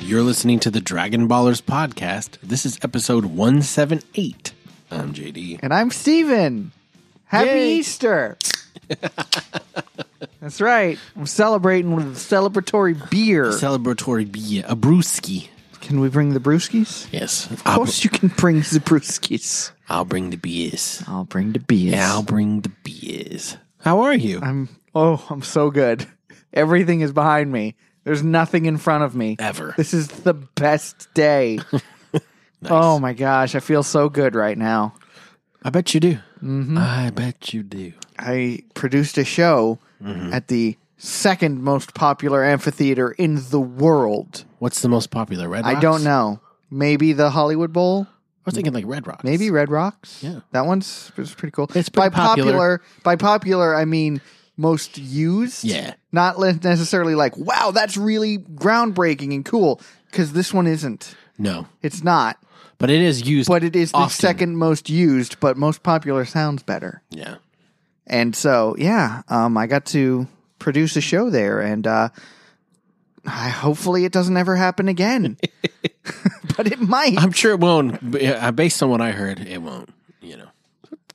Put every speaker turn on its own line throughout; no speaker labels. You're listening to the Dragon Ballers podcast. This is episode 178. I'm JD.
And I'm Steven. Happy
Yay.
Easter. That's right. I'm celebrating with celebratory beer.
Celebratory beer, a brewski.
can we bring the brewskis?
Yes, of
Of course you can bring the brewskis.
I'll, I'll bring the beers.
I'll bring the beers.
Yeah, I'll bring the beers. How are you?
I'm oh, I'm so good. Everything is behind me. There's nothing in front of me.
Ever.
This is the best day. Oh my gosh, I feel so good right now.
I bet you do.
Mm-hmm.
I bet you do.
I produced a show at the second most popular amphitheater in the world.
What's the most popular? Red Rocks?
I don't know. Maybe the Hollywood Bowl.
I was thinking like Red Rocks.
Maybe Red Rocks.
Yeah.
that one's it's pretty cool.
It's
by
pretty popular.
By popular, I mean most used.
Yeah.
not le- necessarily like wow, that's really groundbreaking and cool. Because this one isn't.
No,
It's not.
but it is used.
But it is the
Often.
second most used. But most popular sounds better.
yeah.
And so, yeah, um, I got to produce a show there, and uh, I, hopefully it doesn't ever happen again. but it might.
I'm sure it won't. but, uh, Based on what I heard, it won't. You know.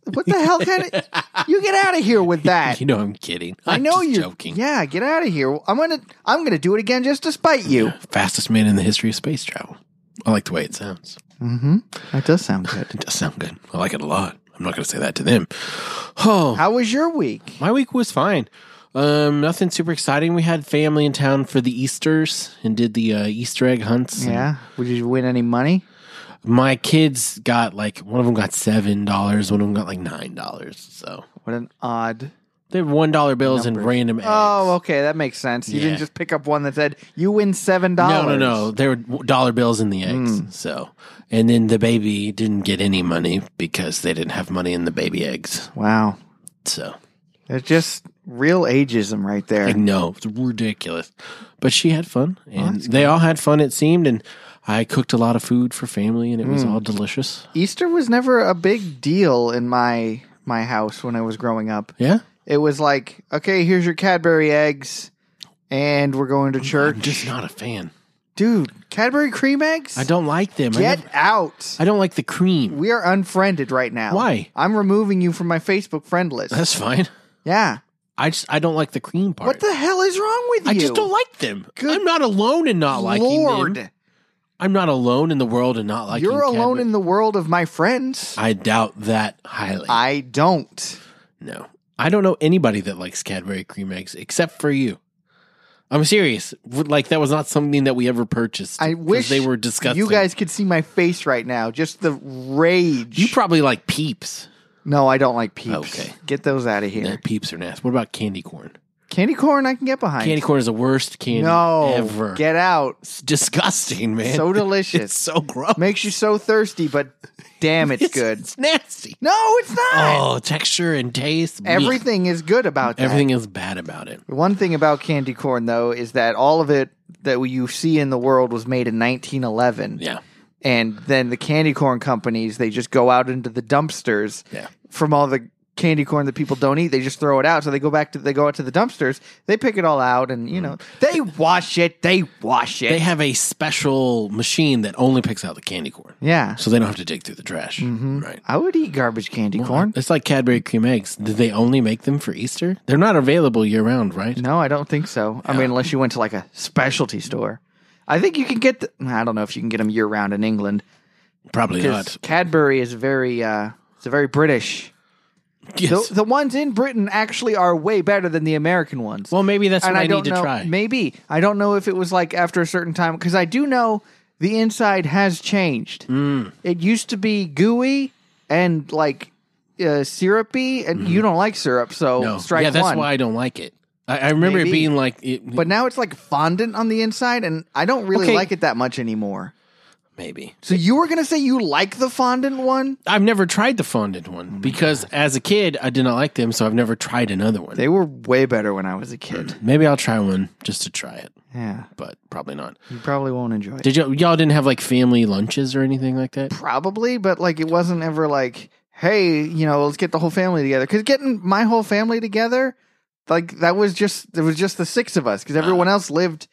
What the hell kind of? You get out of here with that.
You know, I'm kidding.
I
I'm
know
just
you're
joking.
Yeah, get out of here. I'm gonna, I'm gonna do it again just to spite you.
Fastest man in the history of space travel. I like the way it sounds.
That does sound good.
It does sound good. I like it a lot. I'm not going to say that to them. Oh,
How was your week?
my week was fine. Um, nothing super exciting. We had family in town for the Easter's and did the uh, Easter egg hunts. and
Yeah, did you win any money?
My kids got like one of them got seven dollars, one of them got like nine dollars. So
What an odd.
they have one dollar bills and random eggs.
Oh, okay, that makes sense. You
Yeah.
didn't just pick up one that said you win seven
no,
dollars. Hmm.
no, no! There were dollar bills in the eggs. So, and then the baby didn't get any money because they didn't have money in the baby eggs.
Wow,
So
That's just real ageism right
I
there.
know it's ridiculous, but she had fun,
Oh,
and they all had fun. It seemed, and I cooked a lot of food for family, and it
Hmm.
was all delicious.
Easter was never a big deal in my my house when I was growing up.
Yeah,
It was like, okay, here's your Cadbury eggs, and we're going to
I'm
church.
just not a fan.
Dude, Cadbury cream eggs?
I don't like them. I,
get
never-
out.
I don't like the cream.
we are unfriended right now.
Why?
I'm removing you from my Facebook friend list.
That's fine.
yeah.
I just I don't like the cream part.
What the hell is wrong with you?
I just don't like them.
Good
I'm not alone in not liking
Lord,
them. I'm not alone in the world in not liking.
you're alone
Cadbury.
in the world of my friends.
I doubt that highly.
I don't.
no, I don't know anybody that likes Cadbury cream eggs except for you. I'm serious. Like that was not something that we ever purchased.
I
'cause
wish
they were disgusting.
You guys could see my face right now. Just the rage.
You probably like peeps.
no, I don't like peeps.
Okay.
Get those out of here.
Yeah, peeps are nasty. What about candy corn?
Candy corn I can get behind.
Candy corn is the worst candy
no.
ever.
Get out.
it's disgusting, man.
So delicious.
It's so gross.
Makes you so thirsty, but damn it's,
it's
good.
It's nasty.
No, it's not.
Oh, texture and taste. Ugh.
Everything is good about that.
Everything is bad about it.
One thing about candy corn though is that all of it that you see in the world was made in 1911.
Yeah.
and then the candy corn companies they just go out into the dumpsters
Yeah.
from all the candy corn that people don't eat they just throw it out so they go back to they go out to the dumpsters they pick it all out and you know they wash it they wash it
Mm. They have a special machine that only picks out the candy corn.
yeah Mm-hmm.
So they don't have to dig through the trash. Right.
i would eat garbage candy corn
It's like Cadbury cream eggs. Did they only make them for Easter? They're not available year round, right?
no i don't think so i mean unless you went to like a specialty store i think you can get the, i don't know if you can get them year round in england
Probably
'cause
not.
cadbury is very uh it's a very british the,
Yes.
the ones in britain actually are way better than the american ones
Well, maybe that's what I,
don't
need to
know,
try.
Maybe I don't know if it was like after a certain time because I do know the inside has changed. It used to be gooey and like uh, syrupy, and you don't like syrup, so
No.
strike
yeah, that's
one.
why I don't like it. I, I remember it
Maybe.
being like, it,
but now it's like fondant on the inside, and I don't really
Okay.
like it that much anymore.
maybe.
So you were gonna say you like the fondant one?
I've never tried the fondant one
Mm-hmm.
because as a kid, I did not like them, so I've never tried another one.
They were way better when I was a kid.
maybe I'll try one just to try it,
Yeah,
but probably not.
you probably won't enjoy it.
Did y'all, y'all didn't have like family lunches or anything like that?
probably, but like it wasn't ever like, hey, you know, let's get the whole family together. Because getting my whole family together, like that was just it was just the six of us because everyone else lived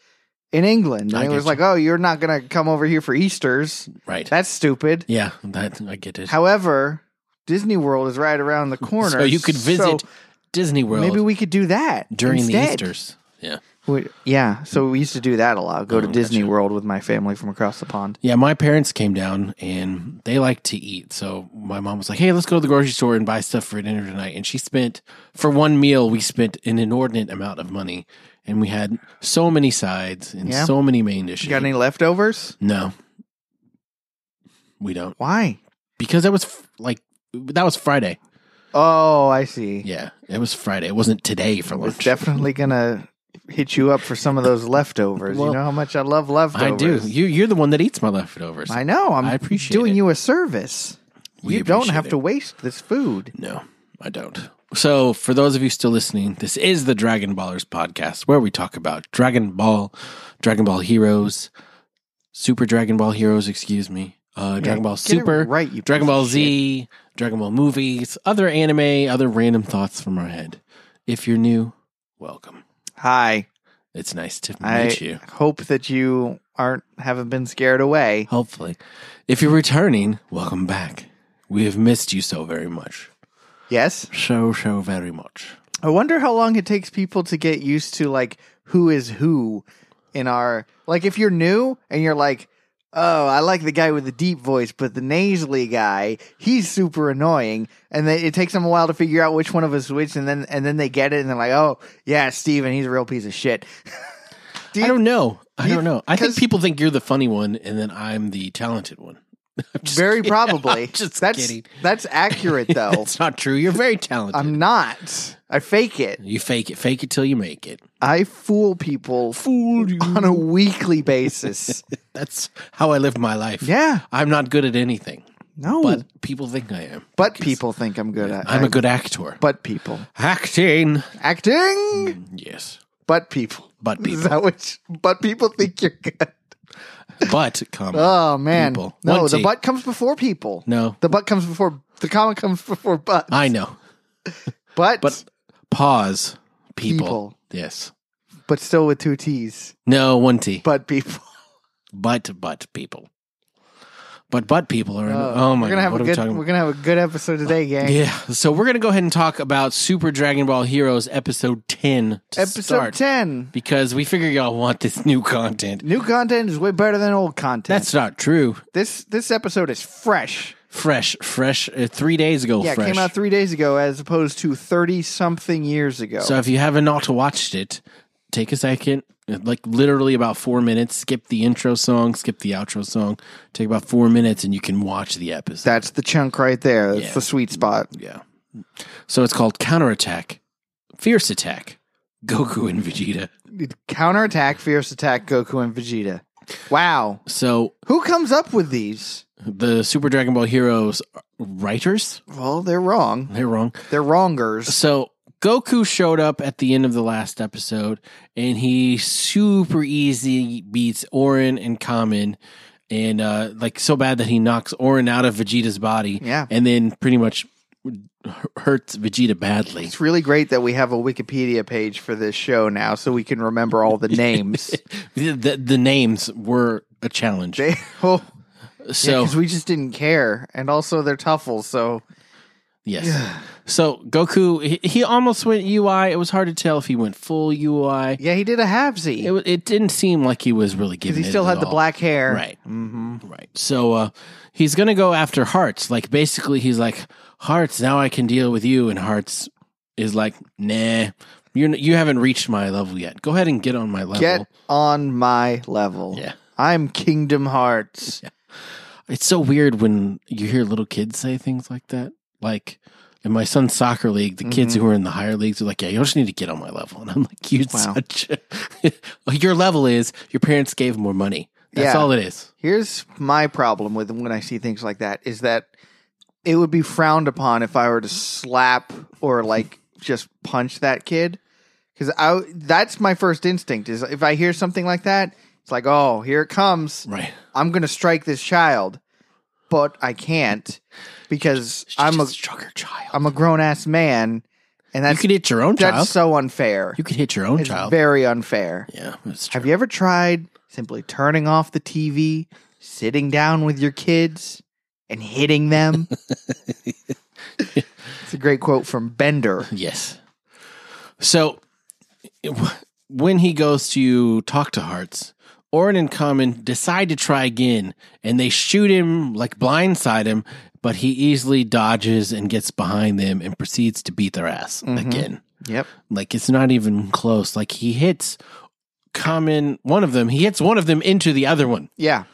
in England. And
Uh-huh. I
it was
get
like, oh, you're not going to come over here for Easter's.
Right.
That's stupid.
yeah, that, I get it.
However, Disney World is right around the corner.
so you could
so
visit Disney World
maybe we could do that
during the
instead.
Easter's. Yeah.
We- yeah, so we used to do that a lot. Go to
Oh,
Disney
gotcha.
World with my family from across the pond.
Yeah, my parents came down and they like to eat. So my mom was like, hey, let's go to the grocery store and buy stuff for dinner tonight. And she spent, for one meal, we spent an inordinate amount of money. And we had so many sides and
Yeah.
so many main dishes.
You got any leftovers?
No. We don't.
Why?
Because that was f- like, that was Friday.
Oh, I see.
Yeah, it was Friday. It wasn't today for
It's
lunch.
definitely gonna hit you up for some of those leftovers.
Well,
you know how much I love
I do.
leftovers.
You, you're the one that eats my leftovers.
I know. I'm
I appreciate
doing
it.
you a service.
We
you don't
appreciate
have
it.
to waste this food.
No, I don't. So, for those of you still listening, this is the Dragon Ballers podcast where we talk about Dragon Ball, Dragon Ball Heroes, Super Dragon Ball Heroes, excuse me, uh, Dragon
Yeah,
Ball
get it
Super,
right? You
Dragon
piece of
Ball
shit.
Z, Dragon Ball movies, other anime, other random thoughts from our head. If you're new, welcome.
Hi.
It's nice to meet
I
you.
hope that you aren't haven't been scared away.
Hopefully, if you're returning, welcome back. We have missed you so very much.
Yes.
So, so very much.
I wonder how long it takes people to get used to like who is who in our like if you're new and you're like, oh, I like the guy with the deep voice, but the nasally guy, he's super annoying, and then it takes them a while to figure out which one of us is which, and then and then they get it, and they're like, oh yeah, Steven, he's a real piece of shit. Do
I
you-
don't know. I
you-
don't know. I think
'cause-
people think you're the funny one, and then I'm the talented one. I'm just
very
kidding.
probably.
I'm just
that's
kidding.
that's accurate though.
That's not true. You're very talented.
I'm not. I fake it.
you fake it. Fake it till you make it.
I fool people
Fool you.
on a weekly basis.
That's how I live my life.
yeah.
I'm not good at anything,
No.
but people think I am.
But
Because
people think I'm good at.
I'm a good actor.
But people
Acting.
acting.
Yes.
But people.
But
Is
people.
that what? you- but people think you're good.
But comma.
Oh man.
People.
No,
One
the
T.
butt comes before people.
no.
The butt comes before the comma comes before butt.
I know.
but,
But pause. People.
People.
Yes.
but still with two T's.
No. One T.
But
Oh
people.
But but people. But but people are.
Uh,
oh my
We're gonna
god!
have
what
a
are we
good.
talking about?
We're gonna have a good episode today, gang.
Yeah. So we're going to go ahead and talk about Super Dragon Ball Heroes episode 10 to
Episode
start
ten.
because we figure y'all want this new content.
New content is way better than old content.
That's not true.
this this episode is fresh.
Fresh, fresh, uh, 3 days ago
Yeah,
fresh.
it came out three days ago as opposed to thirty something years ago.
so if you have not watched it, take a second, like literally about 4 minutes, skip the intro song, skip the outro song, take about 4 minutes and you can watch the episode.
That's the chunk right there. That's
Yeah.
the sweet spot.
yeah. So it's called Counterattack, Fierce Attack, Goku and Vegeta.
Counterattack, fierce attack, Goku and Vegeta. Wow.
So
Who comes up with these?
the Super Dragon Ball Heroes writers.
Well, they're wrong.
They're wrong.
They're wrongers.
So Goku showed up at the end of the last episode and he super easy beats Orin and Kamen and uh like so bad that he knocks Orin out of Vegeta's body
Yeah.
and then pretty much hurts Vegeta badly.
It's really great that we have a Wikipedia page for this show now so we can remember all the names.
The, the, the names were a challenge.
they, oh,
so
because we just didn't care. And also, they're tuffles. So,
Yes. So Goku, he, he almost went UI. It was hard to tell if he went full UI.
yeah, he did a habsy
It wa- it didn't seem like he was really
because
giving.
he
it
still
at
had the
all.
black hair.
Right.
hmm
Right. So uh, he's gonna go after Hearts. Like basically, he's like Hearts. Now I can deal with you. And Hearts is like, nah, you you haven't reached my level yet. Go ahead and get on my level.
Get on my level.
yeah.
I'm Kingdom Hearts.
It's so weird when you hear little kids say things like that. Like in my son's soccer league, the kids
Mm-hmm.
who are in the higher leagues are like, "Yeah, you just need to get on my level." And I'm like, "You
Wow.
such a- your level is your parents gave more money. That's
Yeah.
all it is."
Here's my problem with when I see things like that is that it would be frowned upon if I were to slap or like just punch that kid because I that's my first instinct is if I hear something like that it's like oh here it comes
Right.
I'm gonna strike this child but I can't because I'm a
stronger child.
I'm a grown ass man
You
and that's
could hit your own
that's
child.
so unfair.
you could hit your own
it's
child.
very unfair.
yeah, that's true.
Have you ever tried simply turning off the TV, sitting down with your kids, and hitting them? it's a great quote from Bender.
Yes. So it- when he goes to talk to Hearts, Orin and Common decide to try again and they shoot him, like blindside him, but he easily dodges and gets behind them and proceeds to beat their ass
Mm-hmm.
again.
Yep.
Like it's not even close. Like he hits Common, one of them, he hits one of them into the other one
Yeah.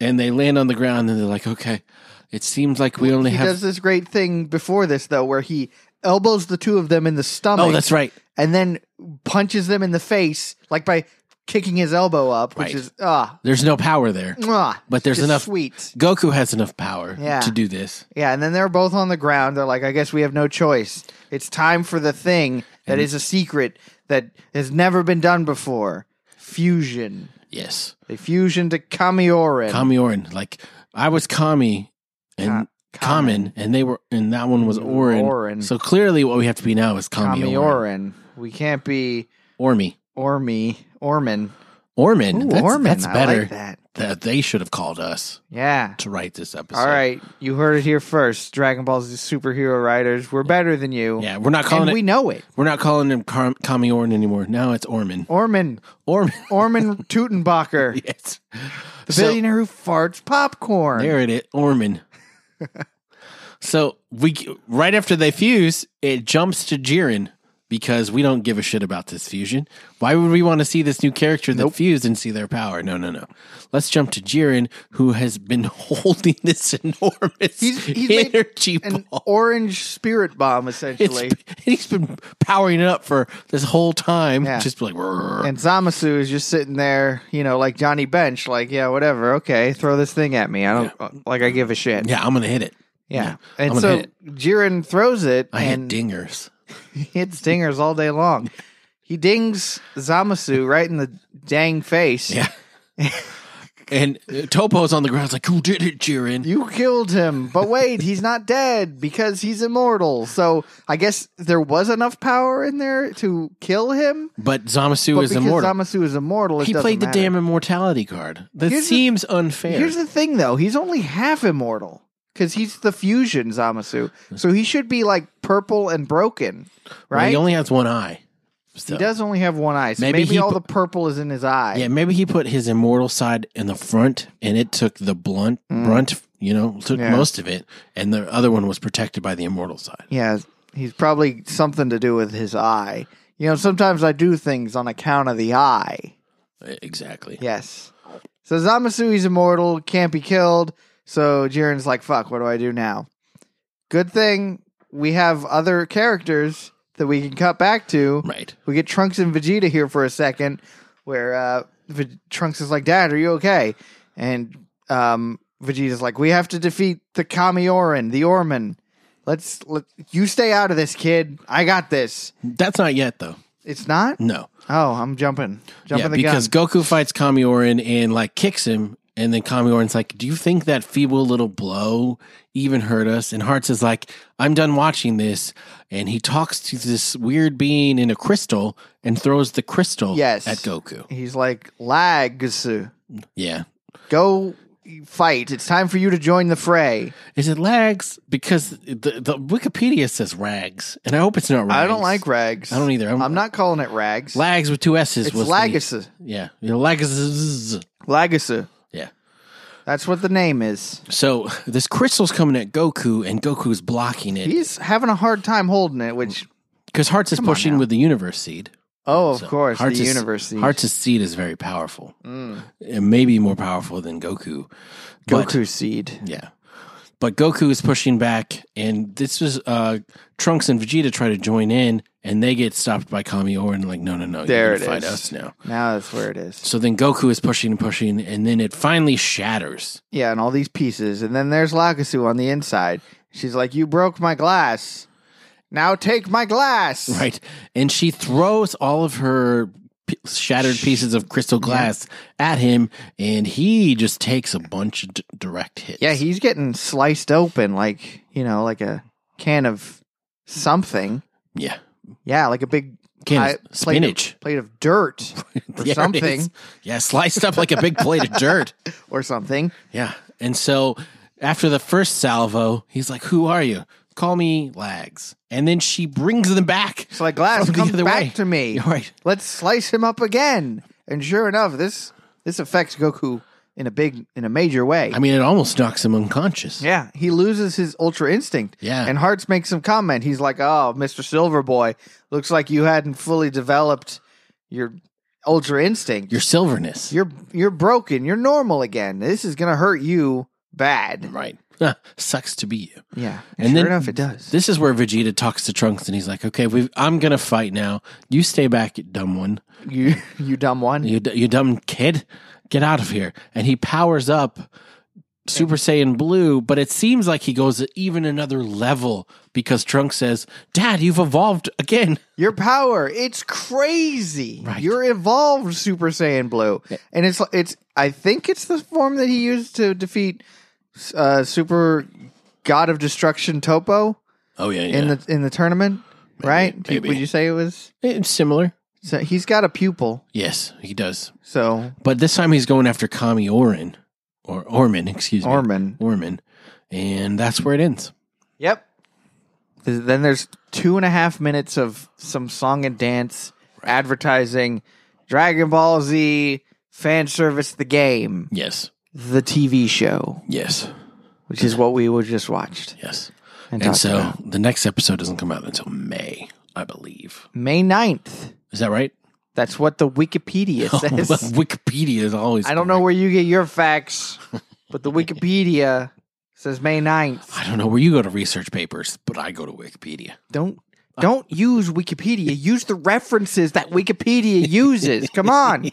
and they land on the ground and they're like, okay, it seems like we only
he
have.
does this great thing before this though where he elbows the two of them in the stomach
oh, that's right.
and then punches them in the face like by kicking his elbow up which
Right.
is ah
There's no power there.
mwah,
But there's
just
enough-
sweet
Goku has enough power
Yeah.
to do this.
yeah and then they're both on the ground they're like i guess we have no choice it's time for the thing that is a secret that has never been done before fusion
Yes.
they fusion to kamiorin
Kami Orin. Like I was Kami and Common, and they were and that one was Orin.
Orin.
So clearly what we have to be now is Kami, Orin.
kamiorin we can't be
Ormi.
ormy orman
Orman.
Ooh,
that's,
Orman,
that's
I
better.
like that
That they should have called us
yeah
to write this episode.
All right, you heard it here first. Dragon Ball's superhero writers, we're better than you.
Yeah, we're not calling
and
it
we know it.
we're not calling him Kam- Kami Orin anymore. Now it's Orman.
Orman,
Orman.
Orman Tutenbacher,
yes.
the
So-
billionaire who farts popcorn.
There it is, Orman. so we right after they fuse, it jumps to Jiren because we don't give a shit about this fusion. Why would we want to see this new character that fused and see their power? No, no, no. Let's jump to Jiren, who has been holding this enormous
He's- he's made
energy
An
ball.
orange spirit bomb,
It's,
essentially.
he's been powering it up for this whole time.
Yeah.
Just like, "Rrr."
and Zamasu is just sitting there, you know, like Johnny Bench, like, yeah, whatever, okay, throw this thing at me. I don't like, I give a shit. Yeah,
yeah, I'm gonna hit it. I'm
and
gonna
so
hit
Jiren throws it
I hit
and
dingers.
hits dingers all day long. He dings Zamasu right in the dang face.
Yeah. and uh, Topo's on the ground. It's like, who did it, Jiren?
You killed him, but wait, he's not dead because he's immortal. So I guess there was enough power in there to kill him.
But Zamasu
But
is
because
immortal.
Zamasu is immortal, it
he
doesn't
played the
matter.
damn immortality card. That
Here's the-
seems unfair.
Here's the thing, though: he's only half immortal because he's the fusion Zamasu. So he should be like purple and broken,
Well,
right?
he only has one eye.
he
So-
does only have one eye. So
Maybe
maybe,
he
all
pu-
the purple is in his eye.
Yeah, maybe he put his immortal side in the front, and it took the blunt brunt. You know, took
Mm. Yeah.
most of it, and the other one was protected by the immortal side.
Yeah, he's probably something to do with his eye. You know, sometimes I do things on account of the eye.
Exactly.
Yes. So Zamasui's immortal, can't be killed. So Jiren's like, fuck, what do I do now? Good thing we have other characters that we can cut back to.
Right.
We get Trunks and Vegeta here for a second, where uh, v- Trunks is like, Dad, are you okay? And um, Vegeta's like, We have to defeat the Kamiorin, the Orman. Let's let you stay out of this, kid. I got this.
That's not yet though.
It's not.
No.
Oh, I'm jumping, jumping
yeah,
the
because
gun.
Goku fights Kamiorin and like kicks him, and then Kamiorin's like, "Do you think that feeble little blow even hurt us?" And Hearts is like, "I'm done watching this," and he talks to this weird being in a crystal and throws the crystal
Yes.
at Goku.
He's like, lags.
Yeah,
go fight. It's time for you to join the fray.
is it lags? Because the, the Wikipedia says rags, and I hope it's not. rags.
I don't like rags.
I don't either. I'm,
I'm not calling it rags.
lags with two s's.
it's
was the-
Lagusa.
yeah, yeah, lags.
Lagusa.
Yeah.
That's what the name is.
So this crystal's coming at Goku, and Goku's blocking it.
He's having a hard time holding it, which
Because Hearts is
on
pushing
now.
with the universe seed.
oh, of
So
course,
Hearts
the
is-
universe. seed.
Hearts' seed is very powerful.
Mm.
It may be more powerful than Goku. But-
Goku seed.
Yeah. But Goku is pushing back, and this is uh, Trunks and Vegeta try to join in, and they get stopped by Kami Orin. Like, no, no, no,
There
you're
it
gonna fight
is.
us now.
Now that's where it is.
So then Goku is pushing and pushing, and then it finally shatters.
Yeah, and all these pieces, and then there's Lagusu on the inside. She's like, "You broke my glass. Now take my glass."
Right, and she throws all of her p- shattered pieces of crystal glass at him, and he just takes a bunch of d- direct hits.
Yeah, he's getting sliced open like, you know, like a can of something.
yeah.
Yeah, like a big
Can
pie-
of
plate of-
spinach.
plate of dirt or
There it
something,
is. Yeah, sliced up like a big plate of dirt.
or something.
Yeah. And so after the first salvo, he's like, Who are you? Call me Lags. And then she brings them back.
So like glass
From the
comes
other
back
way.
to me.
You're right.
Let's slice him up again. And sure enough, this this affects Goku in a big in a major way.
I mean, it almost knocks him unconscious.
yeah, he loses his ultra instinct.
Yeah.
And Hearts makes some comment. He's like, "Oh, Mr. Silverboy, looks like you hadn't fully developed your ultra instinct.
Your silverness.
you're you're broken. You're normal again. This is gonna hurt you bad.
right. Huh, Sucks to be you.
Yeah.
And
And sure
then-
enough, it does.
This is where Vegeta talks to Trunks and he's like, okay, we've, I'm going to fight now. You stay back, you dumb one.
you you dumb one.
You, d- you dumb kid. Get out of here. And he powers up Super Saiyan Blue, but it seems like he goes even another level because Trunks says, Dad, you've evolved again.
Your power, it's crazy.
Right.
You're evolved Super Saiyan Blue, and it's it's. I think it's the form that he used to defeat uh, Super God of Destruction Topo
Oh, yeah, yeah.
in the in the tournament, right? Do you-
maybe.
Would you say it was?
eh, It's similar.
So he's got a pupil,
Yes, he does.
so
But this time he's going after Kami Orin or Orman, excuse me.
Orman.
Orman. And that's where it ends.
Yep. Th- Then there's two and a half minutes of some song and dance advertising, Dragon Ball Z fan service, the game,
Yes.
the TV show.
Yes.
which is what we would just watched.
Yes.
And,
And
talked
so
about.
the next episode doesn't come out until May, I believe.
May 9th.
Is that right?
That's what the Wikipedia
Well,
says.
Wikipedia is always.
I don't know where you get your facts, but the Wikipedia says May 9th.
I don't know where you go to research papers, but I go to Wikipedia.
Don't don't use Wikipedia. Use the references that Wikipedia uses. Come on.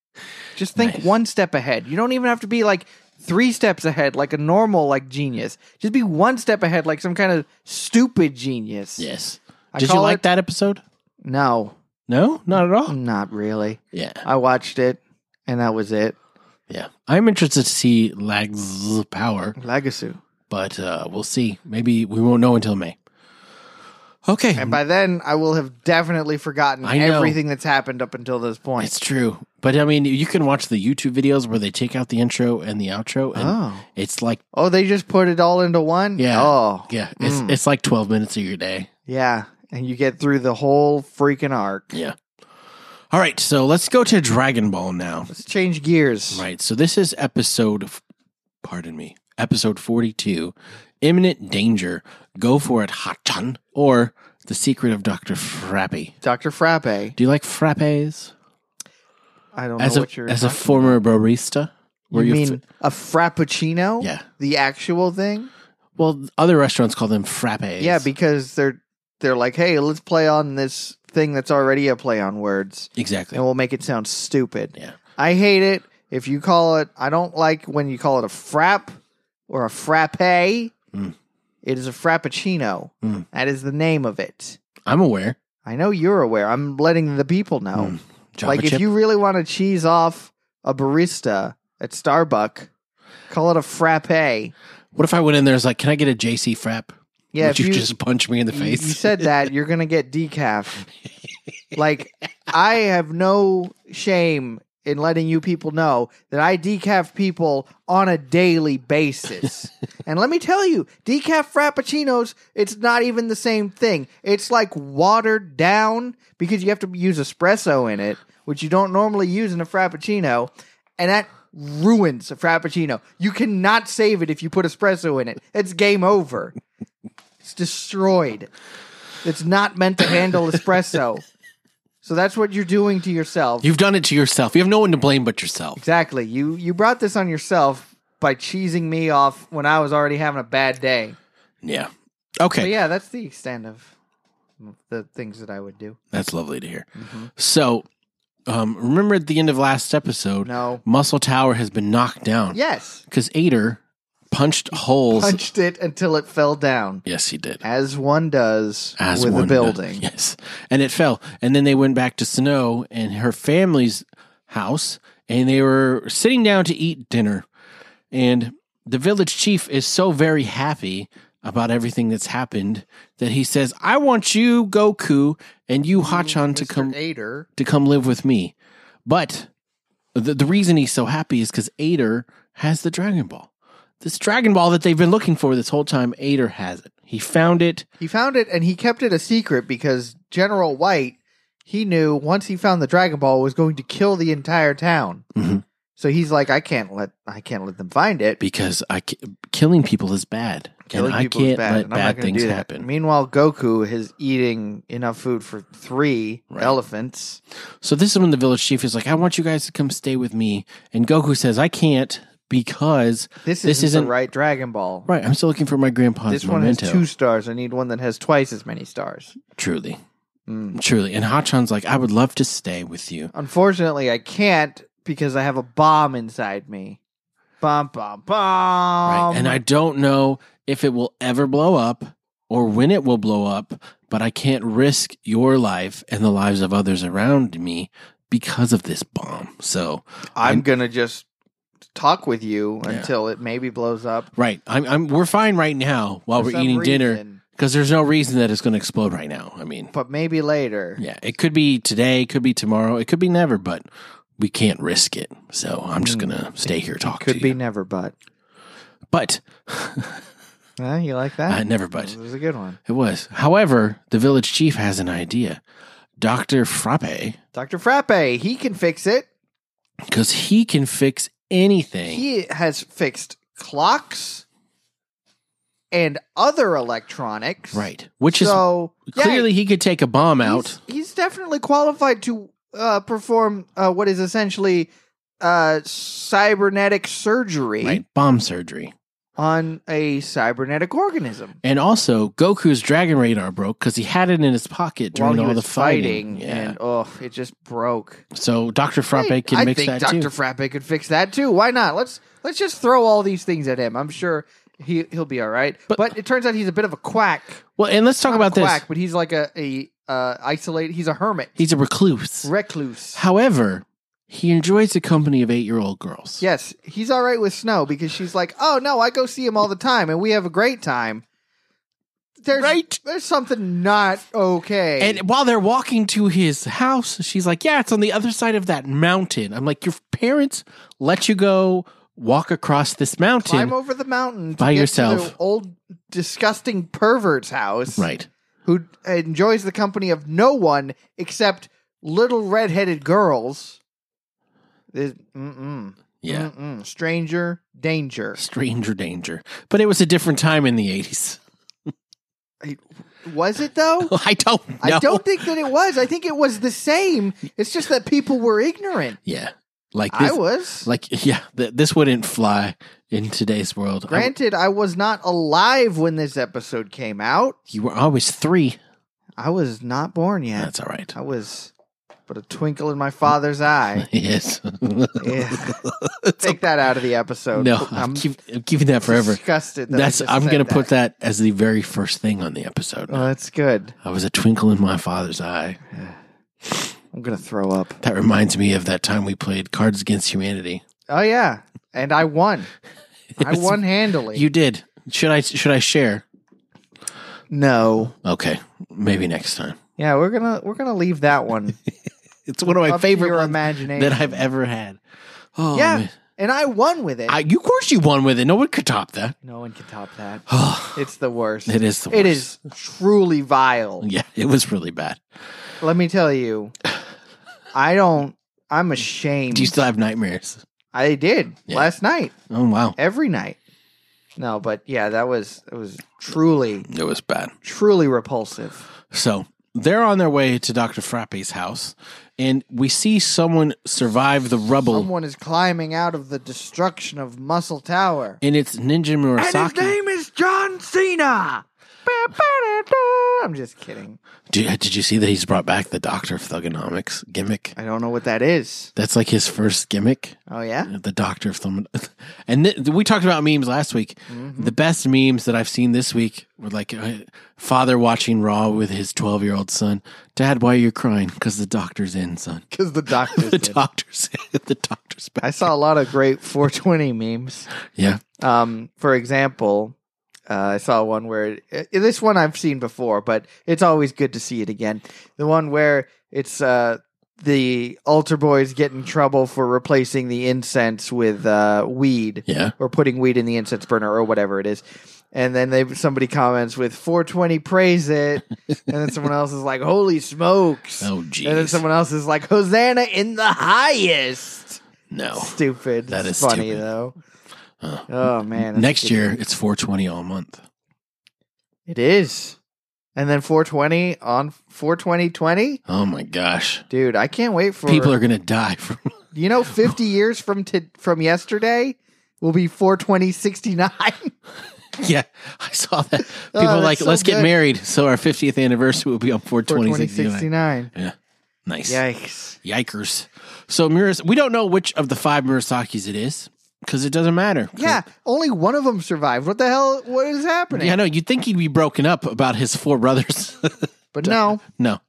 Just think
Nice.
one step ahead. You don't even have to be like three steps ahead like a normal like genius. Just be one step ahead like some kind of stupid genius.
Yes.
I
Did you
call
like
it-
that episode?
No,
No, not at all.
not really.
Yeah.
I watched it, and that was it.
Yeah. I'm interested to see Lag's power,
Legacy.
but uh, we'll see. Maybe we won't know until May. Okay.
And by then, I will have definitely forgotten
I know.
everything that's happened up until this point.
It's true. But I mean, you can watch the YouTube videos where they take out the intro and the outro, and
Oh.
it's like,
oh, they just put it all into one.
Yeah.
Oh,
yeah, it's
Mm.
it's like twelve minutes of your day.
yeah. And you get through the whole freaking arc.
Yeah. All right, so let's go to Dragon Ball now.
Let's change gears.
Right, so this is episode, f- pardon me, episode forty-two, imminent danger. Go for it, Hachan, or the secret of Doctor Frappy.
Dr. Frappe. I
Do you like frappes?
don't
As
know
a
what you're.
as a
talking-
former barista,
you
you
mean a frappuccino?
yeah.
The actual thing?
Well, other restaurants call them frappes.
Yeah, because they're they're like, hey, let's play on this thing that's already a play on words.
exactly.
and we'll make it sound stupid.
Yeah.
I hate it if you call it. I don't like when you call it a frap or a frappe.
Mm.
It is a frappuccino.
Mm.
That is the name of it.
I'm aware.
I know you're aware. I'm letting the people know.
Mm. Java
like
chip.
if you really want to cheese off a barista at Starbucks, call it a frappe. Yeah,
what if I went in there? and was like, can I get a JC frap? Would
if
you, just punch me in the
you,
face?
you said that you're gonna get decaf. like I have no shame in letting you people know that I decaf people on a daily basis. and let me tell you, decaf frappuccinos, it's not even the same thing. It's like watered down because you have to use espresso in it, which you don't normally use in a frappuccino, and that ruins a frappuccino. You cannot save it if you put espresso in it. It's game over. It's destroyed. It's not meant to handle espresso. So that's what you're doing to yourself.
You've done it to yourself. You have no one to blame but yourself.
exactly. You you brought this on yourself by cheesing me off when I was already having a bad day.
Yeah.
But
Okay.
yeah, that's the extent of the things that I would do.
That's lovely to hear.
Mm-hmm.
So, um, remember at the end of last episode,
No.
Muscle Tower has been knocked down
Yes.
because Ader punched holes.
Punched it until it fell down,
Yes, he did.
as one does
As
with a
one does.
building.
Yes. And it fell. And then they went back to Snow and her family's house and they were sitting down to eat dinner. And the village chief is so very happy about everything that's happened that he says, "I want you, Goku, and you, Hachan, to
Mr.
come
Ader.
to come live with me." But the the reason he's so happy is because Ader has the Dragon Ball. This Dragon Ball that they've been looking for this whole time, Ader has it. He found it.
He found it and he kept it a secret because General White, he knew once he found the Dragon Ball was going to kill the entire town.
Mhm.
So he's like, I can't let I can't let them find it.
because I ca- killing people is bad,
Killing
and I
people is
can't
bad,
let
and I'm not
bad
gonna
things
do that.
happen.
Meanwhile, Goku is eating enough food for three
Right.
elephants.
So this is when the village chief is like, "I want you guys to come stay with me," and Goku says, "I can't because
This,
This
isn't,
isn't-
the right Dragon Ball.
right, I'm still looking for my grandpa's
This one
memento."
has two stars. I need one that has twice as many stars.
truly,
Mm.
truly, and Hachan's like, "I would love to stay with you."
Unfortunately, I can't because I have a bomb inside me. Bomb, bomb, bomb.
Right.
Um,
And I don't know if it will ever blow up or when it will blow up, but I can't risk your life and the lives of others around me because of this bomb. So,
I'm gonna just talk with you
Yeah.
until it maybe blows up.
right, I'm, I'm we're fine right now while
for
we're
some
eating dinner
reason,
because there's no reason that it's going to explode right now. I mean,
but maybe later.
yeah, it could be today, it could be tomorrow, it could be never, but we can't risk it. So, I'm just
Mm.
going to stay here talk
Could
to
be
you.
never, but
But
Huh, you like
uh,
that?
never but
That was a good one.
it was. However, the village chief has an idea. Dr. Frappe
Doctor Frappe, he can fix it.
because he can fix anything.
He has fixed clocks and other electronics.
right. Which
so
is
yeah,
clearly he could take a bomb out.
He's, he's definitely qualified to uh, perform uh, what is essentially uh, cybernetic surgery
Right. Bomb surgery.
on a cybernetic organism.
And also, Goku's dragon radar broke because he had it in his pocket during
While he
all
was
the fighting. Yeah.
and oh, it just broke.
so Dr. Frappe
Hey,
can
I
mix
think
that
Dr.
too.
Frappe could fix that too. Why not? Let's let's just throw all these things at him. I'm sure he he'll be all right.
But-
But, it turns out he's a bit of a quack.
Well, and let's talk
Not a
about this.
quack, but he's like a a uh, isolated. He's a hermit,
He's a recluse.
recluse.
However, he enjoys the company of eight year old girls.
Yes, he's all right with Snow because she's like, "Oh no, I go see him all the time, and we have a great time." There's
Right.
there's something not okay.
And while they're walking to his house, she's like, Yeah, it's on the other side of that mountain. I'm like, Your parents let you go walk across this mountain.
climb over the mountain to
By
get to
yourself.
the old disgusting pervert's house,
right.
Who enjoys the company of no one except little redheaded girls. This- mm-mm,
Yeah.
mm-mm. stranger danger.
Mm-hmm. Stranger danger. But it was a different time in the 80s.
Was it though?
I don't know.
I don't think that it was. I think it was the same. It's just that people were ignorant.
Yeah. Like
I
this.
was.
Like, yeah, th- this wouldn't fly in today's world. I-
Granted, I was not alive when this episode came out.
you were always three.
I was not born yet.
That's all right.
I was but a twinkle in my father's eye.
Yes.
Yeah. Take that out of the episode.
no, I'm, keep, I'm keeping that forever.
disgusted. That I
That's
just
I'm
said
gonna put that as the very first thing on the episode.
Oh, that's good.
I was a twinkle in my father's eye.
I'm gonna throw up.
That reminds me of that time we played Cards Against Humanity.
Oh yeah, and I won. I won handily.
You did. Should I should I share?
no.
Okay, maybe next time.
Yeah, we're gonna we're gonna leave that one.
It's one of my
up to
favorite
your
ones
imagination
that I've ever had. Oh
Yeah,
man.
and I won with it.
I, you, of course, you won with it. No one could top that.
no one can top that.
Oh,
It's the worst.
it is the worst.
It is truly vile.
Yeah, it was really bad.
Let me tell you, I don't. I'm ashamed.
Do you still have nightmares?
I did
Yeah.
last night,
Oh wow,
every night. No, but yeah, that was it was truly,
it was bad.
truly repulsive.
So they're on their way to Doctor Frappe's house, and we see someone survive the rubble,
Someone is climbing out of the destruction of Muscle Tower,
and it's Ninja Murasaki.
is John Cena. I'm just kidding.
Did, did you see that he's brought back the Doctor of Thugonomics gimmick?
I don't know what that is.
That's like his first gimmick.
Oh yeah,
The Doctor of Thumb. And th- we talked about memes last week.
Mm-hmm.
The best memes that I've seen this week were like uh, father watching Raw with his 12 year old son. Dad, why are you crying? Because the doctor's in, son.
because the doctors.
The
did.
doctor's in. The doctor's back.
I saw a lot of great 420 memes.
Yeah.
Um, for example, Uh, I saw one where uh, this one I've seen before, but it's always good to see it again. The one where it's uh, the altar boys get in trouble for replacing the incense with uh, weed
Yeah.
or putting weed in the incense burner or whatever it is. And then they somebody comments with 420 praise it, and then someone else is like, "Holy smokes!"
Oh, geez.
and then someone else is like, "Hosanna in the highest!"
no.
Stupid.
Oh, That
It's
is
funny
stupid.
though.
Uh,
Oh man. that's a
Next
good
year,
one.
it's 420 all month.
it is, and then 420 on 42020,
Oh my gosh.
dude. I can't wait for
People are going to die from.
You know, 50 years from to, from yesterday will be 42069.
yeah. I saw that. People
Oh,
are
that's
like,
so
let's get
good.
married. So our 50th anniversary will be on 420.
42069.
Nice.
Yikes.
Yikers. So Muras, we don't know which of the five Murasakis it is because it doesn't matter. 'Cause-
Yeah, only one of them survived. What the hell? What is happening?
Yeah, I know. You'd think he'd be broken up about his four brothers.
but no,
no.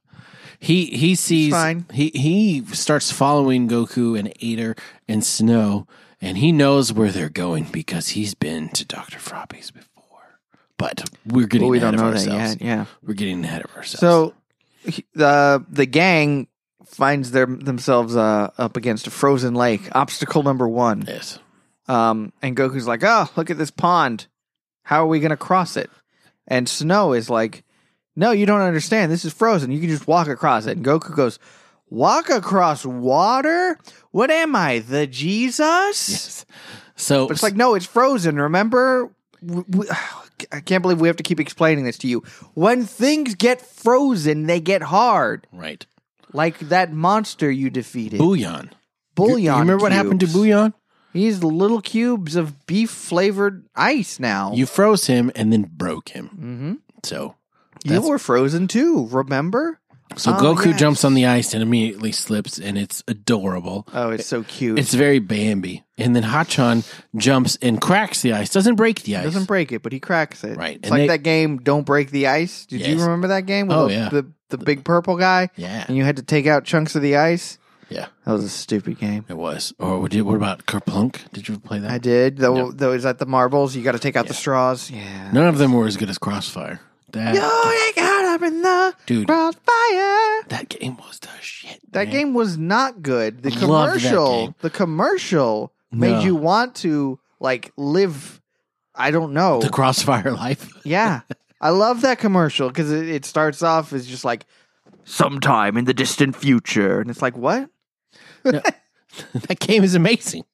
He he sees
fine.
he he starts following Goku and Ader and Snow and he knows where they're going because he's been to Dr. Froppy's before. But we're getting
Well, we
ahead
don't
of
know that
ourselves.
yet. Yeah.
We're getting ahead of ourselves.
So he- the the gang finds their themselves uh, up against a frozen lake. Obstacle number one.
yes.
Um, and Goku's like, "Oh, look at this pond. How are we gonna cross it?" And Snow is like, "No, you don't understand. This is frozen. You can just walk across it." And Goku goes, "Walk across water? What am I, the Jesus?"
Yes. So
But it's like, no, it's frozen. Remember, W- w- I can't believe we have to keep explaining this to you. When things get frozen, they get hard,
right.
like that monster you defeated.
Bouillon.
Bouillon.
You remember what happened to
cubes.
Bouillon?
He's little cubes of beef flavored ice now.
You froze him and then broke him.
Mhm.
So
you
That's-
were frozen too. Remember?
so
Oh,
Goku
yes.
jumps on the ice and immediately slips and it's adorable.
Oh, it's so cute.
It's very Bambi. And then Hachan jumps and cracks the ice. Doesn't break the ice.
doesn't break it, but he cracks it.
Right.
It's
And
like
they-
that game, Don't Break the Ice. Did you
Yes.
remember that game with
Oh,
the,
yeah.
the, the big purple guy?
yeah.
And you had to take out chunks of the ice?
Yeah.
That was a stupid game.
It was. Or what, did, what about Kerplunk? Did you play that?
I did. Though,
No.
though is that the marbles? You got to take out the straws. Yeah.
None of them were as good as Crossfire. That
You got up in the
dude,
crossfire.
that game was the shit.
That
man.
game was not good. The
I loved that game.
commercial, the commercial
No.
made you want to like live. I don't know.
the Crossfire life.
yeah, I love that commercial because it, it starts off as just like sometime in the distant future, and it's like what?
that game is amazing.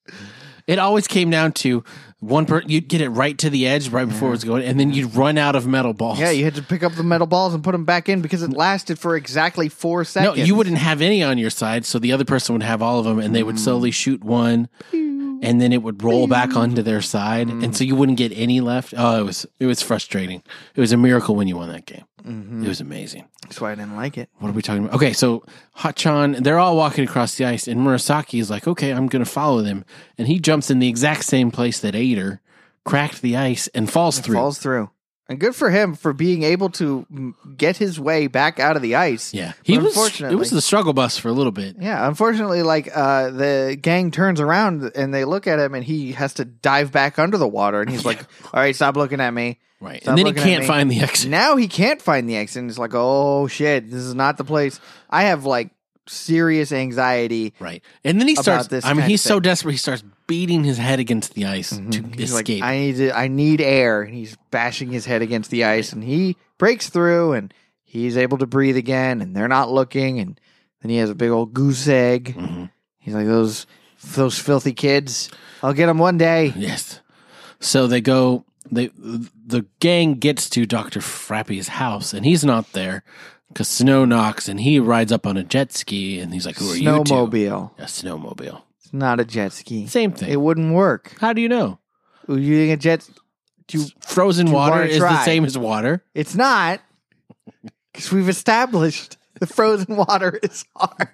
It always came down to one per you'd get it right to the edge right before it was going, and then you'd run out of metal balls.
Mm-hmm. Yeah, you had to pick up the metal balls and put them back in because it lasted for exactly four
no,
seconds.
you wouldn't have any on your side, so the other person would have all of them, and they would
Mm.
slowly shoot one, and then it would roll back onto their side, and so you
Mm.
wouldn't get any left. Oh, it was it was frustrating. It was a miracle when you won that game.
Mm-hmm.
It was amazing.
That's why I didn't like it.
What are we talking about? Okay, so Hachan, they're all walking across the ice, and Murasaki is like, okay, I'm going to follow them. And he jumps in the exact same place that Ader cracked the ice and falls through.
falls through. And good for him for being able to mm, get his way back out of the ice.
Yeah.
But
He was,
unfortunately,
it was the struggle bus for a little bit.
yeah. Unfortunately, like uh, the gang turns around and they look at him, and he has to dive back under the water. And he's like, "All right, stop looking at me."
Right.
Stop
and then he
looking at
can't
me.
find the exit.
Now he can't find the exit. And he's like, "Oh shit, this is not the place." I have like serious anxiety.
Right. And then he
About
starts,
this
I mean,
kind of
he's so
thing. Mm-hmm.
desperate, he starts beating his head against the ice to
He's
Mm-hmm. escape.
like, "I need to, I need air," and he's bashing his head against the ice, and he breaks through, and he's able to breathe again, and they're not looking, and then he has a big old goose egg.
Mhm.
He's like those those filthy kids. I'll get them one day.
Yes. So they go. They the gang gets to Doctor Frappy's house, and he's not there because snow knocks, and he rides up on a jet ski, and he's like, "Who are you?" two?"
Snowmobile.
A snowmobile.
It's not a jet ski.
Same thing.
It wouldn't work.
How do you know?
Ooh, You think a jet? Do you-
Frozen
you
water
wanna
is the
try?
same as water.
it's not because we've established the frozen water is hard.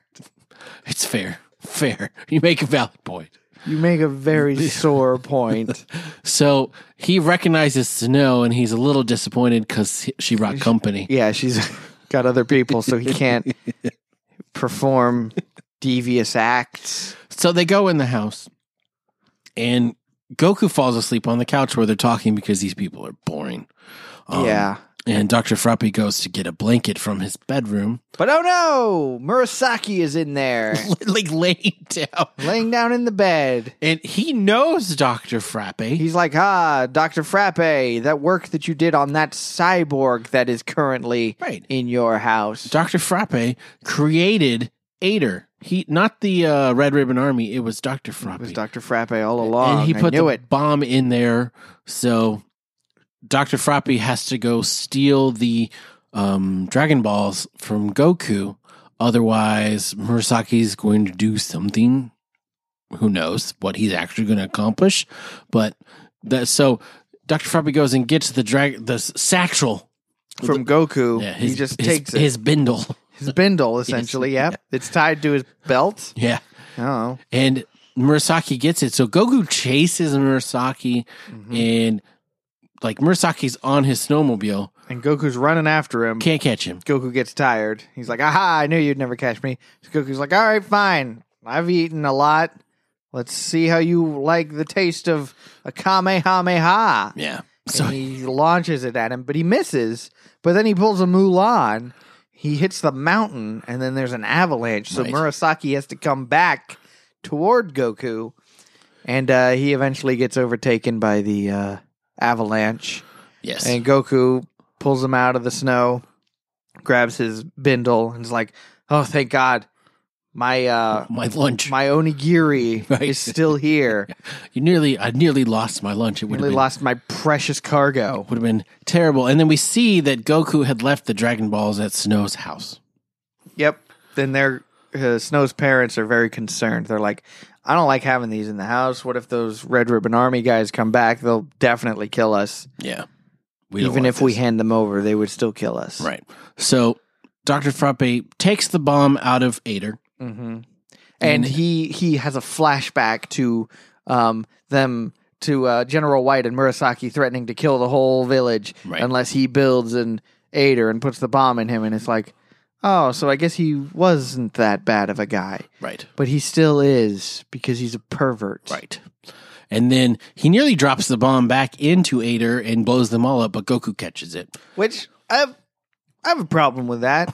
It's fair. Fair. You make a valid point.
You make a very sore point.
So he recognizes Snow, and he's a little disappointed because she rocked company.
Yeah, she's got other people, so he can't perform devious acts.
So they go in the house, and Goku falls asleep on the couch where they're talking because these people are boring. Um,
yeah.
And Dr. Frappy goes to get a blanket from his bedroom,
But oh no, Murasaki is in there,
like laying down.
laying down in the bed.
And he knows Dr. Frappy.
He's like, ah, Dr. Frappe, that work that you did on that cyborg that is currently
Right.
in your house.
Dr. Frappe created Ader. He not the uh, Red Ribbon Army. It was Dr. Frappe.
it was Dr. Frappe all along.
and he
I
put
knew
the
it.
bomb in there. So Dr. Frappe has to go steal the um, Dragon Balls from Goku. Otherwise, Murasaki's going to do something. Who knows what he's actually going to accomplish? But that so Dr. Frappe goes and gets the drag the s- satchel.
From Goku,
Yeah,
he just
his,
takes it. His,
his bindle.
bindle, essentially, yep. It's tied to his belt.
Yeah.
Oh.
And Murasaki gets it. So Goku chases Murasaki
Mm-hmm.
and like Murasaki's on his snowmobile,
And Goku's running after him.
can't catch him.
Goku gets tired. He's like, aha, I knew you'd never catch me. So Goku's like, all right, fine. I've eaten a lot. Let's see how you like the taste of a Kamehameha.
Yeah. So
So he launches it at him, but he misses. But then he pulls a Mulan. He hits the mountain, and then there's an avalanche. So
Right.
Murasaki has to come back toward Goku, and uh, he eventually gets overtaken by the uh, avalanche.
yes.
And Goku pulls him out of the snow, grabs his bindle, and is like, "Oh, thank God, my uh,
my lunch.
my onigiri
Right.
is still here.
you nearly I nearly lost my lunch. It would
Nearly
have been
lost my precious cargo."
would have been terrible. And then we see that Goku had left the Dragon Balls at Snow's house.
Yep. Then their uh, Snow's parents are very concerned. They're like, "I don't like having these in the house. What if those Red Ribbon Army guys come back? They'll definitely kill us.
Yeah. We don't
Even
want
if we
this.
hand them over, they would still kill us."
Right. So Dr. Frappe takes the bomb out of Ader.
hmm And he he has a flashback to um them to uh, General White and Murasaki threatening to kill the whole village
Right.
unless he builds an aider and puts the bomb in him. And it's like, oh, so I guess he wasn't that bad of a guy,
Right.
but he still is because he's a pervert.
Right. And then he nearly drops the bomb back into Ader and blows them all up, but Goku catches it.
Which I have, I have a problem with that.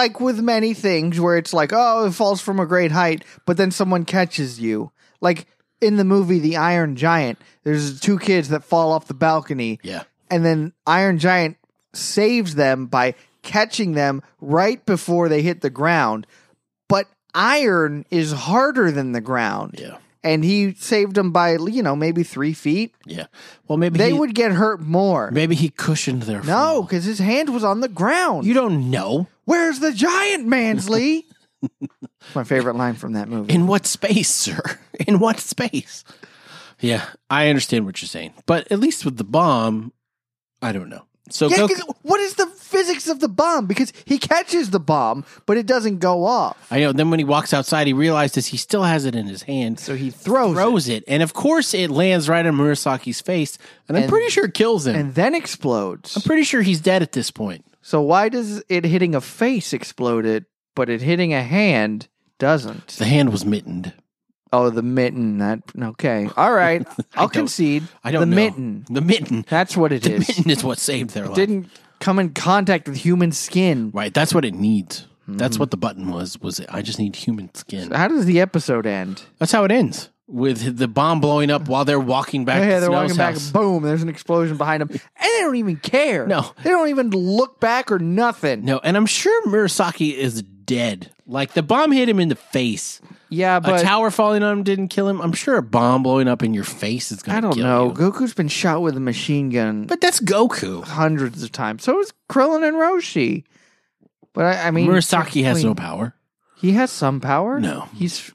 like with many things where it's like, oh, it falls from a great height, but then someone catches you. Like in the movie The Iron Giant, there's two kids that fall off the balcony,
Yeah.
and then Iron Giant saves them by catching them right before they hit the ground. But iron is harder than the ground.
Yeah.
And he saved them by, you know, maybe three feet.
Yeah. Well, maybe he,
They would get hurt more.
maybe he cushioned their
No,
fall.
because his hand was on the ground.
You don't know
Where's the giant, Mansley? My favorite line from that movie.
in what space, sir. In what space? Yeah, I understand what you're saying, but at least with the bomb, I don't know. So
yeah,
Goku,
'cause what is the physics of the bomb? Because he catches the bomb, but it doesn't go off.
I know. Then when he walks outside, he realizes he still has it in his hand.
So he throws, it
throws it, and of course, it lands right on Murasaki's face, and I'm
And-
pretty sure it kills him.
and then explodes.
I'm pretty sure he's dead at this point.
So why does it hitting a face explode it, but it hitting a hand doesn't?
The hand was mittened.
Oh, the mitten. That okay. All right, I'll
don't-
concede.
I don't
the
know.
mitten.
The mitten.
That's what it
The
is.
mitten is what saved their life.
Didn't come in contact with human skin.
Right. That's what it needs. That's what the button was. Was it? I just need human skin.
How does the episode end?
That's how it ends with the bomb blowing up while they're walking back.
Oh,
to
yeah, they're
Snow's
walking back.
house.
Boom! There's an explosion behind them, and they don't even care.
No.
they don't even look back or nothing.
No, and I'm sure Murasaki is dead. Like the bomb hit him in the face.
Yeah,
a
but
tower falling on him didn't kill him. I'm sure a bomb blowing up in your face is going
I
to
don't
kill
know.
you.
Goku's been shot with a machine gun
But that's Goku.
hundreds of times. So is Krillin and Roshi. But I, I mean,
Murasaki has
technically,
no power.
He has some power.
No.
he's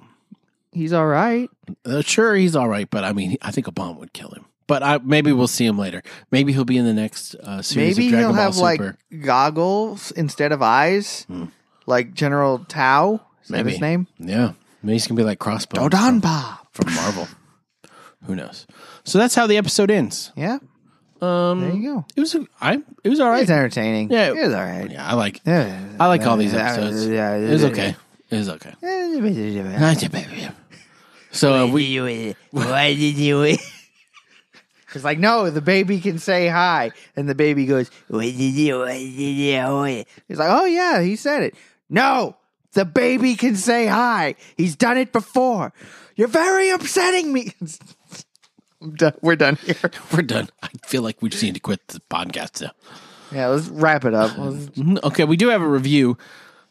he's all right.
Uh, sure, he's all right, but I mean, I think a bomb would kill him. But I, maybe we'll see him later. Maybe he'll be in the next uh, series
Maybe
of
he'll
Dragon Ball
have like
Super. Hmm.
goggles instead of eyes, like General Tao. Is that
Maybe.
his name?
yeah, maybe he's gonna be like Crossbones from,
Odonba.
from Marvel. Who knows? So that's how the episode ends.
Yeah,
Um,
there you go.
It was I. It was all
It's
right.
entertaining.
Yeah.
it was all right.
Yeah, I like.
Yeah.
I like all these episodes.
Yeah,
It was okay. It was okay.
Yeah.
Not too bad, yeah. So uh, we
you? Why did you? It's like no, the baby can say hi, and the baby goes, "What did you? What did you?" He's like, "Oh yeah, he said it." No, the baby can say hi. He's done it before. You're very upsetting me. I'm done. We're done here.
we're done. I feel like we just need to quit the podcast now.
Yeah, let's wrap it up. Let's-
Mm, Okay, we do have a review.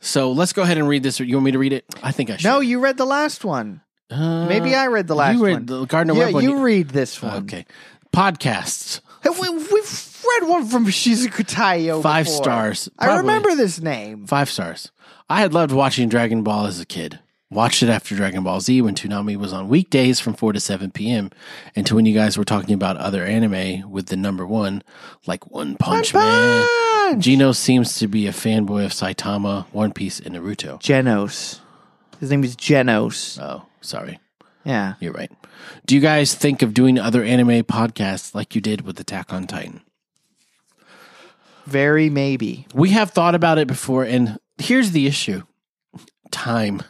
So let's go ahead and read this. You want me to read it? I think I should.
No, you read the last one.
Uh,
Maybe I read the last
you read
one.
the Gardner
yeah,
Webb one.
you read this one.
okay. Podcasts.
Hey, We, we've read one from Shizuku Taiyo.
Five
before.
stars.
I
Probably.
remember this name.
Five stars. I had loved watching Dragon Ball as a kid. Watched it after Dragon Ball Z when Toonami was on weekdays from 4 to 7 p.m. and to when you guys were talking about other anime with the number one, like One Punch Man.
Punch!
Gino seems to be a fanboy of Saitama, One Piece, and Naruto.
Genos. His name is Genos.
Oh, sorry.
Yeah.
You're right. Do you guys think of doing other anime podcasts like you did with Attack on Titan?
Very maybe.
We have thought about it before, and here's the issue time.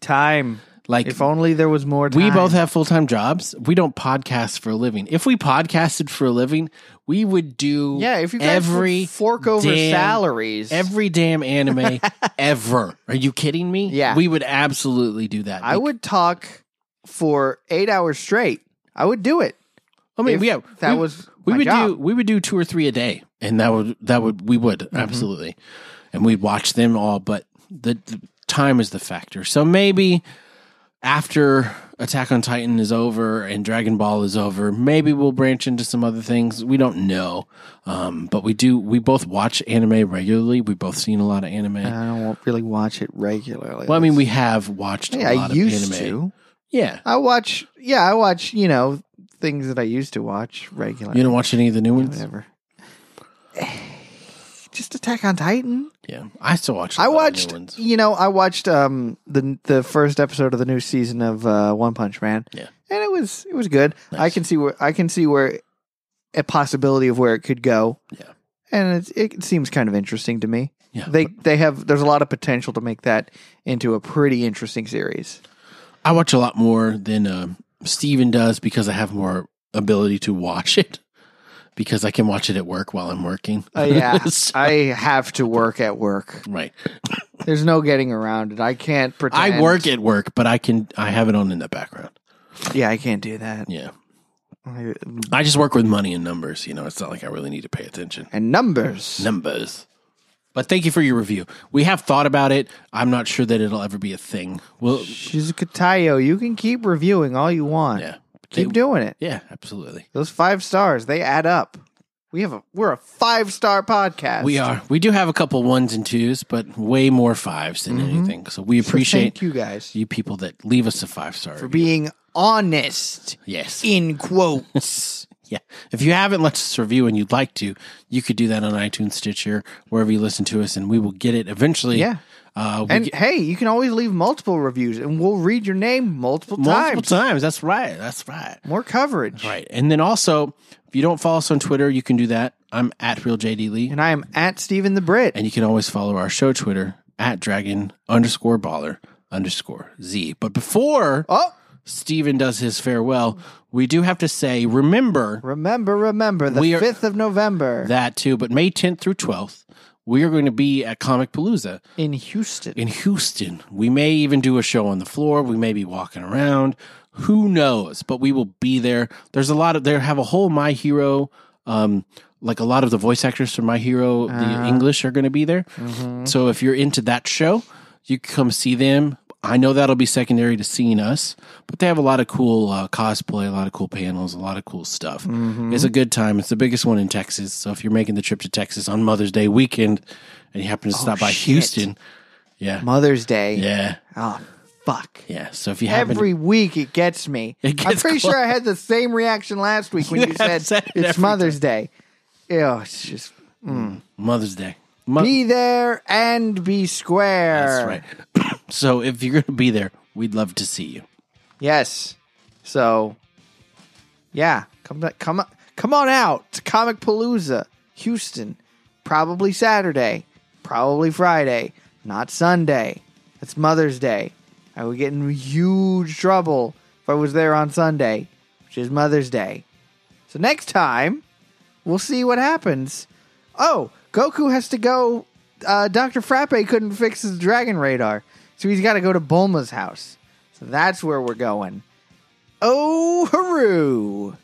Time.
Like,
If only there was more time.
we both have full time jobs. We don't podcast for a living. If we podcasted for a living, we would do
Yeah, if you guys
every
would fork over
damn-
salaries.
Every damn anime ever. Are you kidding me?
Yeah.
We would absolutely do that.
I would talk for eight hours straight. I would do it.
I mean,
if
yeah,
that
we-
was
we
my
would
job. Mm-hmm.
do we would do two or three a day, and that would that would we would absolutely, and we'd watch them all. But the, the time is the factor, so maybe after Attack on Titan is over and Dragon Ball is over, maybe we'll branch into some other things. We don't know, um, but we do. We both watch anime regularly. We've both seen a lot of anime.
I don't wa- really watch it regularly.
well, I mean, we have watched
yeah,
a lot
I used
of anime.
to.
Yeah,
I watch. Yeah, I watch. You know things that I used to watch regularly.
you don't watch any of the new ones.
whatever. Just Attack on Titan.
Yeah, I still watch. a
I
lot of new
watched.
ones.
You know, I watched um the the first episode of the new season of uh, One Punch Man.
Yeah.
and it was it was good. I
Nice.
can see where I can see where a possibility of where it could go.
Yeah.
and it, it seems kind of interesting to me.
Yeah,
They they have there's a lot of potential to make that into a pretty interesting series.
I watch a lot more than uh, Steven does because I have more ability to watch it because I can watch it at work while I'm working.
Uh, yeah,
So-
I have to work at work.
right.
There's no getting around it. I can't pretend.
I work at work, but I can I have it on in the background.
Yeah, I can't do that.
Yeah.
I-
I just work with money and numbers, you know. It's not like I really need to pay attention.
And numbers.
Numbers. But thank you for your review. We have thought about it. I'm not sure that it'll ever be a thing. Well,
She's a Katayo. You can keep reviewing all you want.
yeah.
Keep
They-
doing it.
Yeah, absolutely.
Those five stars, they add up. We have a we're a five star podcast.
We are. We do have a couple ones and twos, but way more fives than
Mm-hmm.
anything. So we
So
appreciate
thank you guys
you people that leave us a five star
for being honest
Yes.
in quotes.
Yeah. If you haven't left us a review and you'd like to, you could do that on iTunes, Stitcher, wherever you listen to us, and we will get it eventually.
Yeah.
Uh, we
and
get
hey, you can always leave multiple reviews and we'll read your name multiple,
multiple
times.
times. That's right. That's right.
More coverage.
Right. And then also, if you don't follow us on Twitter, you can do that. I'm at RealJD Lee.
And I am at Stephen the Brit.
And you can always follow our show Twitter at dragon underscore baller underscore Z. But before
oh,
Steven does his farewell, we do have to say, remember
remember, remember the
We are-
fifth of November
that too. But May 10th through 12th, we are going to be at Comic Palooza
in Houston.
in Houston. We may even do a show on the floor. We may be walking around. Who knows? But we will be there. There's a lot of there have a whole My Hero, um, like a lot of the voice actors from My Hero, the English are going to be there. So if you're into that show, you can come see them. I know that'll be secondary to seeing us, but they have a lot of cool uh, cosplay, a lot of cool panels, a lot of cool stuff. It's a good time. It's the biggest one in Texas. So if you're making the trip to Texas on Mother's Day weekend and you happen to stop by
shit.
Houston, yeah.
Mother's Day.
Yeah,
Oh, fuck.
yeah. So if you haven't,
Every week it gets me.
It
I'm
gets
pretty
close.
sure I had the same reaction last week when
You
you,
have
said,
said it
it's
every
Mother's Day. Ew, it's just
Mother's Day, Mo-
be there and be square.
that's right. so if you're gonna be there, we'd love to see you.
Yes. So, yeah, come back, come on- come on out to Comic Palooza, Houston. Probably Saturday, probably Friday, not Sunday. That's Mother's Day. I would get in huge trouble if I was there on Sunday, which is Mother's Day. So next time, we'll see what happens. Oh, Goku has to go. Uh, Dr. Frappe couldn't fix his dragon radar, so he's got to go to Bulma's house. So that's where we're going. Oh, hooroo!